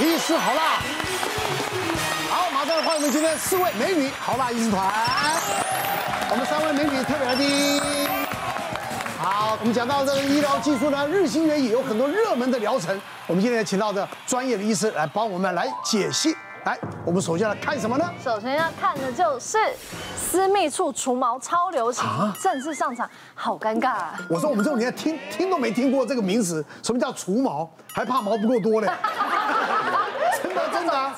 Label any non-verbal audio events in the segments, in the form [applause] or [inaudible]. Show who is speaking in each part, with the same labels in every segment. Speaker 1: 医师好辣。好，马上欢迎我们今天四位美女好辣医师团，我们三位美女特别来宾。好，我们讲到这个医疗技术呢，日新月异，有很多热门的疗程。我们今天也请到的专业的医师来帮我们来解析。来，我们首先来看什么呢？
Speaker 2: 首先要看的就是私密处除毛超流行，正式上场，好尴尬、啊。
Speaker 1: 我说我们这种年代听听都没听过这个名词，什么叫除毛？还怕毛不够多嘞？真的真的、啊，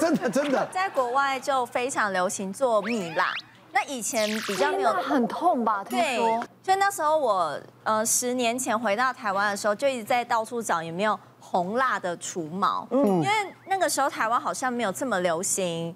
Speaker 1: 真的真的。
Speaker 3: 在国外就非常流行做蜜蜡，那以前比较没有
Speaker 2: 哎那很痛吧？听
Speaker 3: 对
Speaker 2: 说，
Speaker 3: 所以那时候我呃十年前回到台湾的时候，就一直在到处找有没有红蜡的除毛，
Speaker 2: 嗯
Speaker 3: 因为那个时候台湾好像没有这么流行。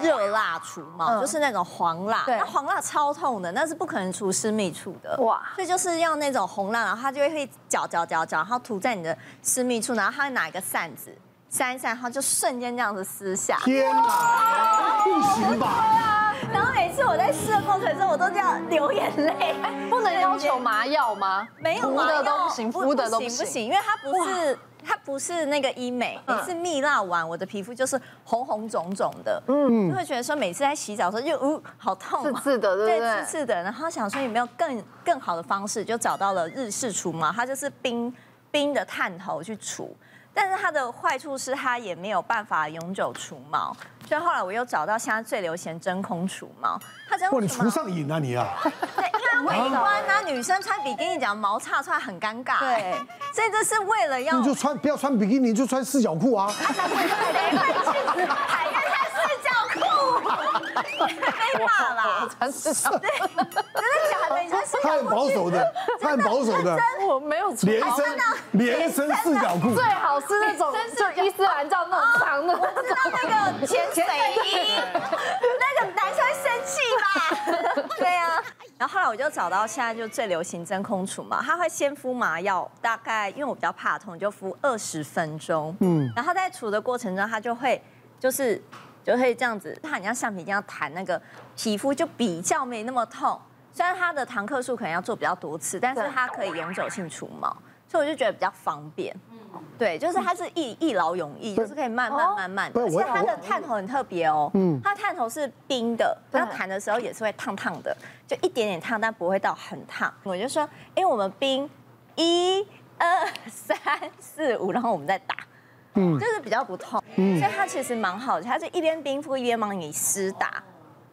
Speaker 3: 热蜡除毛、
Speaker 2: 嗯
Speaker 3: 就是那种黄蜡，
Speaker 2: 对
Speaker 3: 那黄蜡超痛的，那是不可能除私密处的。哇
Speaker 2: 哇，
Speaker 3: 所以就是要那种红蜡，然后它就会搅搅搅搅，然后涂在你的私密处，然后它会拿一个扇子扇一扇，然后就瞬间这样子撕下。
Speaker 1: 天哪，不行吧？
Speaker 3: 然后每次我在试的过程中，我都这样流眼泪。
Speaker 2: 不能要求麻药吗？
Speaker 3: 没有
Speaker 2: 敷
Speaker 3: 麻
Speaker 2: 的
Speaker 3: 药
Speaker 2: 都不行，敷的都
Speaker 3: 不
Speaker 2: 不
Speaker 3: 行，不
Speaker 2: 行。嗯
Speaker 3: 行，因为它不是它不是那个医美，每次蜜蜡完，我的皮肤就是红红肿肿的，嗯，就会觉得说每次在洗澡的时候就呜好痛啊，
Speaker 2: 刺刺的对不对
Speaker 3: 对，刺刺的。然后想说有没有更更好的方式，就找到了日式除毛，它就是冰冰的探头去除。但是它的坏处是它也没有办法永久除毛，所以后来我又找到现在最流行的真空除毛，它真
Speaker 1: 哇，
Speaker 3: 空
Speaker 1: 你
Speaker 3: 除
Speaker 1: 除
Speaker 3: 毛
Speaker 1: 上瘾啊你啊！
Speaker 3: [laughs] 对，因为围观啊，女生穿比基尼讲毛叉出来很尴尬。
Speaker 2: 对，
Speaker 3: 所以这是为了要
Speaker 1: 你就穿不要穿比基尼，就穿四角裤
Speaker 3: [laughs]
Speaker 1: 啊！
Speaker 3: 海燕穿四
Speaker 1: [laughs]
Speaker 3: 角裤， [laughs] 被骂啦。
Speaker 2: 但是
Speaker 3: 真的假的？你穿四
Speaker 1: 他
Speaker 3: 角
Speaker 1: 很
Speaker 3: 裤
Speaker 1: 保守的，他很保守的，
Speaker 2: 我没有除
Speaker 1: 连
Speaker 2: 毛，
Speaker 1: 身连身四角裤。
Speaker 2: 最好是那种就伊斯兰教那种长
Speaker 4: 啊
Speaker 2: 的。
Speaker 3: 知道那个潜水衣，那个男生会生气吧？对啊。然后后来我就找到现在就最流行真空除毛，它会先敷麻药，大概因为我比较怕痛，就敷二十分钟。嗯，然后在除的过程中，它就会就是就会这样子，它很像橡皮筋一样弹那个皮肤，就比较没那么痛。虽然它的堂克数可能要做比较多次，但是
Speaker 2: 对
Speaker 3: 它可以永久性除毛，所以我就觉得比较方便。对，就是它是一一劳永逸，就是可以慢慢慢慢的。
Speaker 1: 不
Speaker 3: 而
Speaker 1: 是我
Speaker 3: 且它的探头很特别哦，嗯，它的探头是冰的，
Speaker 2: 对
Speaker 3: 然后弹的时候也是会烫烫的，就一点点烫，但不会到很烫。我就说，哎，我们冰一二三四五，然后我们再打。嗯，就是比较不痛，
Speaker 1: 嗯
Speaker 3: 所以它其实蛮好的，它是一边冰敷一边帮你施打，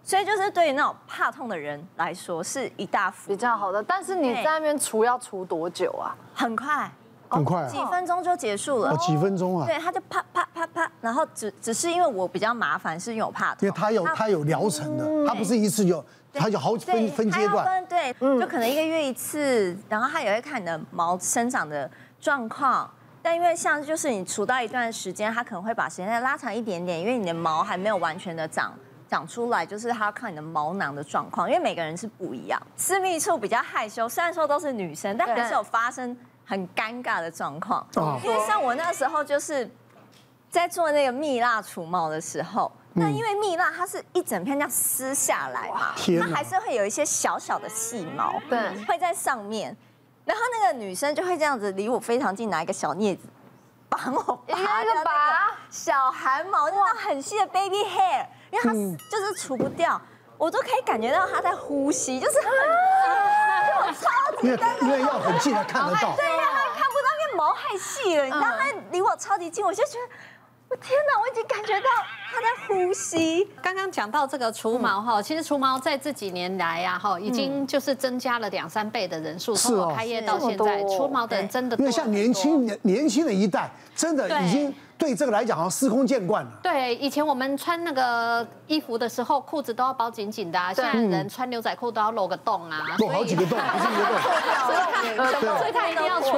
Speaker 3: 所以就是对于那种怕痛的人来说是一大
Speaker 2: 比
Speaker 3: 福，
Speaker 2: 较好的，但是你在那边除要除多久啊？
Speaker 3: 很快，
Speaker 1: 很快啊
Speaker 3: 几分钟就结束了
Speaker 1: 哦，，几分钟啊？
Speaker 3: 对，他就啪啪啪啪，然后只只是因为我比较麻烦，是因为我怕痛，
Speaker 1: 因为他有他有疗程的，他不是一次有，他有好分
Speaker 3: 嗯对
Speaker 1: 分
Speaker 3: 它
Speaker 1: 阶
Speaker 3: 要
Speaker 1: 段。嗯
Speaker 3: 分对，就可能一个月一次，然后他也会看你的毛生长的状况。但因为像就是你除到一段时间，它可能会把时间再拉长一点点，因为你的毛还没有完全的长长出来，就是它要看你的毛囊的状况，因为每个人是不一样。私密处比较害羞，虽然说都是女生，但
Speaker 2: 对
Speaker 3: 还是有发生很尴尬的状况。
Speaker 1: 哦
Speaker 3: 因为像我那时候就是在做那个蜜蜡除毛的时候，
Speaker 1: 嗯
Speaker 3: 那因为蜜蜡它是一整片这样撕下来嘛，
Speaker 1: 天哪
Speaker 3: 它还是会有一些小小的细毛，
Speaker 2: 对
Speaker 3: 会在上面。然后那个女生就会这样子离我非常近，拿一个小镊子帮我拔
Speaker 2: [laughs] 一个一个拔
Speaker 3: 掉那个小汗毛，就那种很细的 baby hair，因为它就是除不掉，我都可以感觉到它在呼吸，就是很，
Speaker 2: 啊
Speaker 3: 就我超级
Speaker 1: 因为因为要很近才看得到
Speaker 3: 哦对，，因为他看不到，因为毛太细了，你知道
Speaker 2: 嗯
Speaker 3: 他离我超级近，我就觉得，我天哪，我已经感觉到他在呼
Speaker 2: [laughs]
Speaker 3: 吸。
Speaker 5: 刚刚讲到这个除
Speaker 1: 嗯
Speaker 5: 毛哈，其实除毛在这几年来呀、哈，已经就是增加了两三倍的人数，
Speaker 1: 是
Speaker 5: 从
Speaker 1: 哦
Speaker 5: 我开业到现
Speaker 2: 这么
Speaker 5: 在，
Speaker 2: 多
Speaker 5: 除毛的人真的
Speaker 1: 因
Speaker 5: 多
Speaker 1: 为
Speaker 5: 很多。
Speaker 1: 像年轻人年轻的一代，真的
Speaker 5: 对
Speaker 1: 已经对这个来讲好像司空见惯了。
Speaker 5: 对，以前我们穿那个衣服的时候，裤子都要包紧紧的、啊，现在人穿牛仔裤都要露个洞啊，
Speaker 1: 有嗯好几个洞，不是一个洞。
Speaker 3: 呃
Speaker 5: 所以他一定要除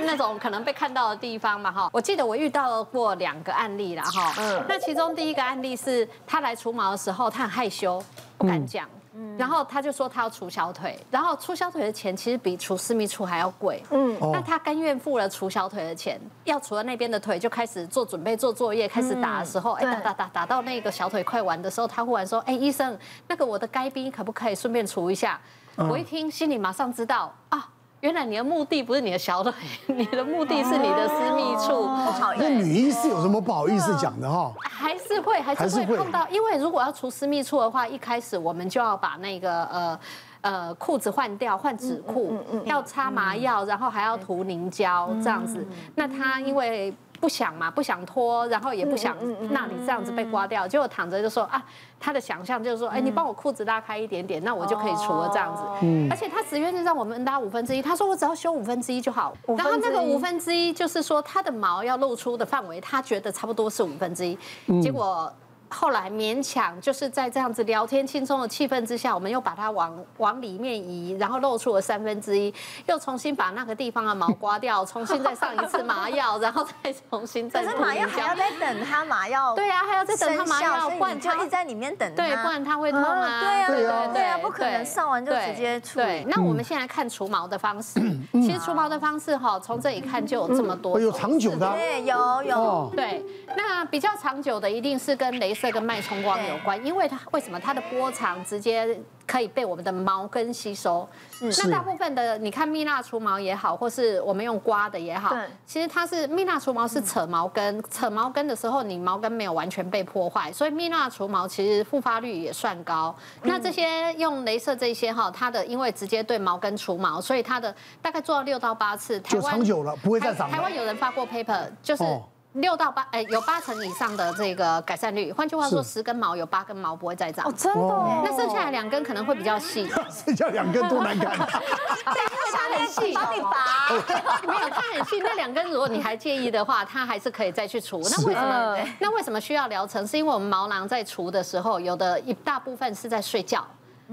Speaker 5: 那种可能被看到的地方嘛，哈。我记得我遇到过两个案例啦，哈。那其中第一个案例是他来除毛的时候，他很害羞，不敢讲。然后他就说他要除小腿，然后除小腿的钱其实比除私密处还要贵。嗯，那他甘愿付了除小腿的钱，要除了那边的腿就开始做准备做作业，开始打的时候，哎、打打打打到那个小腿快完的时候，他忽然说，哎，医嗯生，那个我的该冰可不可以顺便除一下？我一听心里马上知道啊，原来你的目的不是你的小腿， [laughs] 你的目的是你的私密处，
Speaker 3: 好
Speaker 1: 那女医师有什么不好意思讲的哈？
Speaker 5: 还是会还
Speaker 1: 还是
Speaker 5: 是
Speaker 1: 会
Speaker 5: 会碰到，因为如果要除私密处的话，一开始我们就要把那个呃。呃，裤子换掉，换纸裤，要擦麻药，然后还要涂凝胶这样子。那他因为不想嘛，不想脱，然后也不想让你这样子被刮掉，结果躺着就说啊，他的想象就是说，哎，你帮我裤子拉开一点点，那我就可以除了这样子。而且他十月是让我们拉五分之一，他说我只要修五分之一就好。然后那个五分之一就是说他的毛要露出的范围，他觉得差不多是五分之一，结果。后来勉强就是在这样子聊天轻松的气氛之下，我们又把它往往里面移，然后露出了三分之一，又重新把那个地方的毛刮掉，重新再上一次麻药，然后再重新再
Speaker 3: 可是麻药还要再等它麻药，
Speaker 5: 对啊，还要再等他麻药，不
Speaker 3: 所以
Speaker 5: 然
Speaker 3: 你就
Speaker 5: 他
Speaker 3: 一直在里面等它。
Speaker 5: 对，不然它会痛啊。
Speaker 3: 啊对啊对
Speaker 5: 对
Speaker 3: 啊不可能上完就直接处理
Speaker 5: 对，那我们现在看除毛的方
Speaker 1: [clears throat]
Speaker 5: 式，其实除毛的方式哈，从这里看就有这么多
Speaker 1: 哎
Speaker 5: 种。
Speaker 1: 呦，长久的啊
Speaker 3: 对，有有，
Speaker 1: 哦，
Speaker 5: 对，那比较长久的一定是跟镭射跟脉冲光有关，因为它为什么它的波长直接可以被我们的毛根吸收？那大部分的你看蜜蜡除毛也好，或是我们用刮的也好
Speaker 3: 对，
Speaker 5: 其实它是蜜蜡除毛是扯毛根，扯毛根的时候你毛根没有完全被破坏，所以蜜蜡除毛其实复发率也算高。
Speaker 1: 嗯
Speaker 5: 那这些用镭射这些哈，它的因为直接对毛根除毛，所以它的大概做到六到八次，台
Speaker 1: 就
Speaker 5: 湾
Speaker 1: 长久了，不会再长
Speaker 5: 台台
Speaker 1: 了
Speaker 5: 湾。有人发过 paper，就是
Speaker 1: 哦
Speaker 5: 六到八，哎，有八成以上的这个改善率。换句话说，
Speaker 1: 是
Speaker 5: 十根毛有八根毛不会再长。
Speaker 2: 真的哦，
Speaker 5: 那剩下的两根可能会比较
Speaker 2: [laughs]
Speaker 5: 细，
Speaker 1: [laughs] 剩下两根多难
Speaker 4: [laughs]
Speaker 1: 看，
Speaker 5: 它很细，
Speaker 3: 帮你拔。
Speaker 5: 没有，它很细。那两根如果你还介意的话，它还是可以再去除。那为什么？
Speaker 2: 嗯
Speaker 5: 那为什么需要疗程？是因为我们毛囊在除的时候，有的一大部分是在睡觉。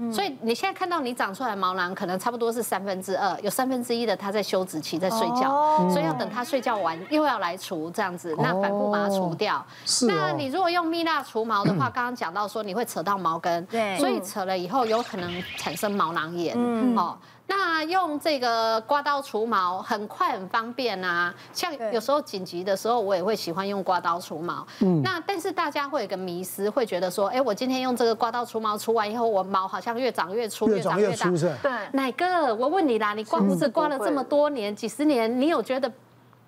Speaker 2: 嗯
Speaker 5: 所以你现在看到你长出来的毛囊，可能差不多是三分之二，有三分之一的它在休止期，在睡
Speaker 1: 哦
Speaker 5: 觉，
Speaker 2: 哦
Speaker 3: 哦
Speaker 1: 嗯
Speaker 5: 所以要等它睡觉完又要来除这样子，那反复把它除掉。
Speaker 1: 是哦嗯
Speaker 5: 那你如果用蜜蜡除毛的话，刚刚讲到说你会扯到毛根，
Speaker 3: 对嗯
Speaker 5: 所以扯了以后有可能产生毛囊炎，
Speaker 1: 嗯
Speaker 5: 哦。那用这个刮刀除毛很快很方便啊，像
Speaker 3: 对
Speaker 5: 有时候紧急的时候，我也会喜欢用刮刀除毛。
Speaker 1: 嗯
Speaker 5: 那但是大家会有一个迷思，会觉得说，哎，我今天用这个刮刀除毛，除完以后我毛好像越长越粗，
Speaker 1: 越长越粗是吧？
Speaker 2: 对，
Speaker 5: 哪个？我问你啦，你刮胡子刮了这么多年，几十年，你有觉得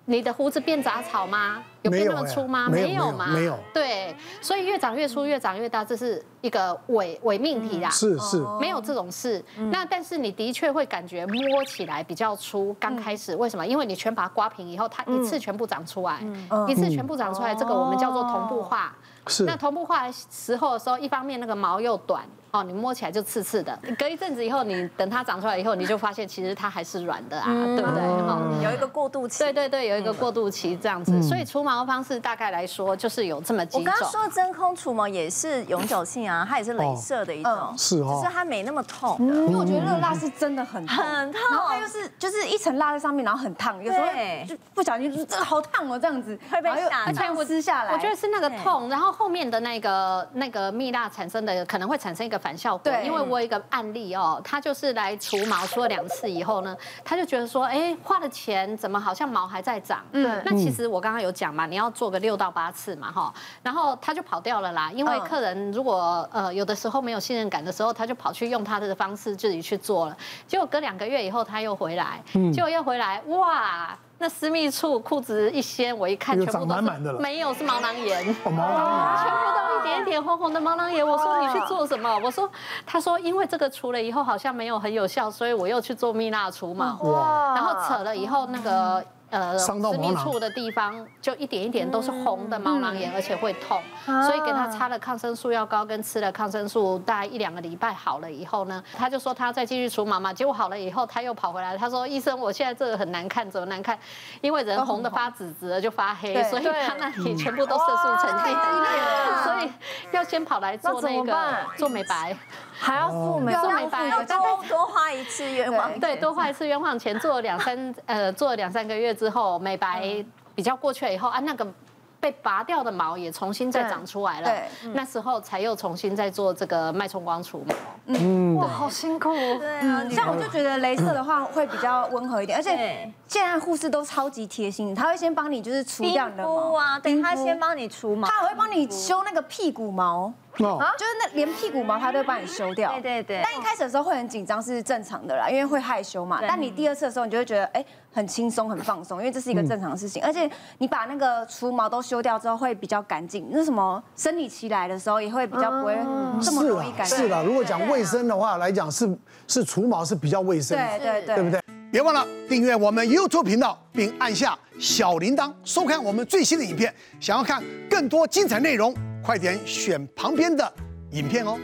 Speaker 5: 你的胡子变杂草吗？有变那么粗吗？
Speaker 1: 没有哎没有
Speaker 5: 嘛，
Speaker 1: 没有
Speaker 5: 对，所以越长越粗，越长越大，这是一个伪伪命题啦。。
Speaker 1: 嗯
Speaker 5: 哦
Speaker 1: 是是，
Speaker 5: 没有这种事，那但是你的确会感觉摸起来比较粗。刚开始为什么？因为你全把它刮平以后，它一次全部长出来，一次全部长出来，这个我们叫做同步化。
Speaker 1: 嗯哦是
Speaker 5: 那同步化的时候的时候，一方面那个毛又短。哦，你摸起来就刺刺的，隔一阵子以后，你等它长出来以后，你就发现其实它还是软的啊，对不对？
Speaker 3: 嗯
Speaker 5: 哦，
Speaker 1: 嗯
Speaker 3: 有一个过渡期。
Speaker 5: 对对对，有一个过渡期这样子，所以除毛的方式大概来说就是有这么几
Speaker 3: 我
Speaker 5: 种。
Speaker 3: 刚刚说的真空除毛也是永久性啊，它也是镭射的一种，
Speaker 1: 是哦嗯
Speaker 3: 只是它没那么痛的。
Speaker 4: 嗯因为我觉得热辣是真的很烫，
Speaker 3: 很烫
Speaker 4: 然后它又是就是一层辣在上面，然后很烫，有时候
Speaker 3: 对
Speaker 4: 就不小心就这个好烫哦，这样子
Speaker 3: 会被
Speaker 4: 然后又
Speaker 3: 吓到
Speaker 4: 而且我撕下来，
Speaker 5: 我觉得是那个痛，然后后面的那个那个蜜蜡产生的可能会产生一个反效果。
Speaker 4: 对
Speaker 5: 因为我有一个案例哦，他就是来除毛除了两次以后呢，他就觉得说，哎，花了钱怎么好像毛还在长？嗯，那其实我刚刚有讲嘛，你要做个六到八次嘛，哈，然后他就跑掉了啦，因为
Speaker 3: 嗯
Speaker 5: 客人如果呃有的时候没有信任感的时候，他就跑去用他的方式自己去做了，结果隔两个月以后他又回来，
Speaker 1: 嗯
Speaker 5: 结果又回来，哇。那私密处裤子一掀，我一看
Speaker 1: 又
Speaker 5: 全部
Speaker 1: 长
Speaker 5: 都
Speaker 1: 满
Speaker 5: 是
Speaker 1: 满的了
Speaker 5: 没有是毛囊炎。
Speaker 1: 哦，毛囊
Speaker 5: 全部都一点一点红红的毛囊炎。我说你去做什么？我说，他说因为这个除了以后好像没有很有效，所以我又去做蜜蜡除毛，
Speaker 1: 哇
Speaker 5: 然后扯了以后那个。呃，私
Speaker 1: 伤到毛
Speaker 5: 密
Speaker 1: 囊
Speaker 5: 处的地方就一点一点都是红的毛囊炎，而且会痛，所以给他擦了抗生素药膏跟吃了抗生素，大概一两个礼拜好了以后呢，他就说他要再继续除毛嘛，结果好了以后他又跑回来，他说医生我现在这个很难看，怎么难看？因为人红的发紫紫的就发黑，
Speaker 4: 对
Speaker 5: 所以他那
Speaker 1: 嗯
Speaker 5: 里全部都色素沉淀，所以要先跑来做
Speaker 2: 那怎
Speaker 5: 那
Speaker 2: 么
Speaker 5: 个
Speaker 2: 办
Speaker 5: 做美白，
Speaker 2: 还要付美
Speaker 4: 要
Speaker 5: 做美
Speaker 4: 付
Speaker 5: 白
Speaker 4: 费
Speaker 3: 要多多花一次冤枉钱。
Speaker 5: 对，多花一次冤枉钱，做了两三呃，做了两三个月之后，美白
Speaker 4: 嗯
Speaker 5: 比较过去了以后啊，那个被拔掉的毛也重新再长出来了
Speaker 4: 对，
Speaker 5: 那时候才又重新再做这个脉冲光除毛。
Speaker 2: 哇，好辛苦哦。
Speaker 3: 对
Speaker 5: 嗯
Speaker 3: 啊，
Speaker 4: 像我就觉得镭射的话会比较温和一点，而且
Speaker 3: 对
Speaker 4: 现在护士都超级贴心，他会先帮你就是除掉
Speaker 3: 冰
Speaker 4: 你的
Speaker 3: 敷啊
Speaker 4: 毛，
Speaker 3: 啊，对，它先帮你除毛。
Speaker 4: 他还会帮你修那个屁股毛，
Speaker 1: 哦，
Speaker 4: 就是那连屁股毛它都会帮你修掉。
Speaker 3: 啊对对对
Speaker 4: 但一开始的时候会很紧张是正常的啦，因为会害羞嘛。但你第二次的时候，你就会觉得哎、很轻松很放松，因为这
Speaker 1: 嗯
Speaker 4: 是一个正常的事情。而且你把那个除毛都修掉之后会比较干净，那什么生理期来的时候也会比较不会
Speaker 3: 哦
Speaker 4: 这么
Speaker 1: 是
Speaker 4: 容易
Speaker 1: 啦
Speaker 4: 干净。
Speaker 1: 是啊啦，如果讲卫生的话来讲，是是除毛是比较卫生的，
Speaker 4: 对对对
Speaker 1: 对不对？别忘了订阅我们 YouTube 频道，并按下小铃铛，收看我们最新的影片。想要看更多精彩内容，快点选旁边的影片哦。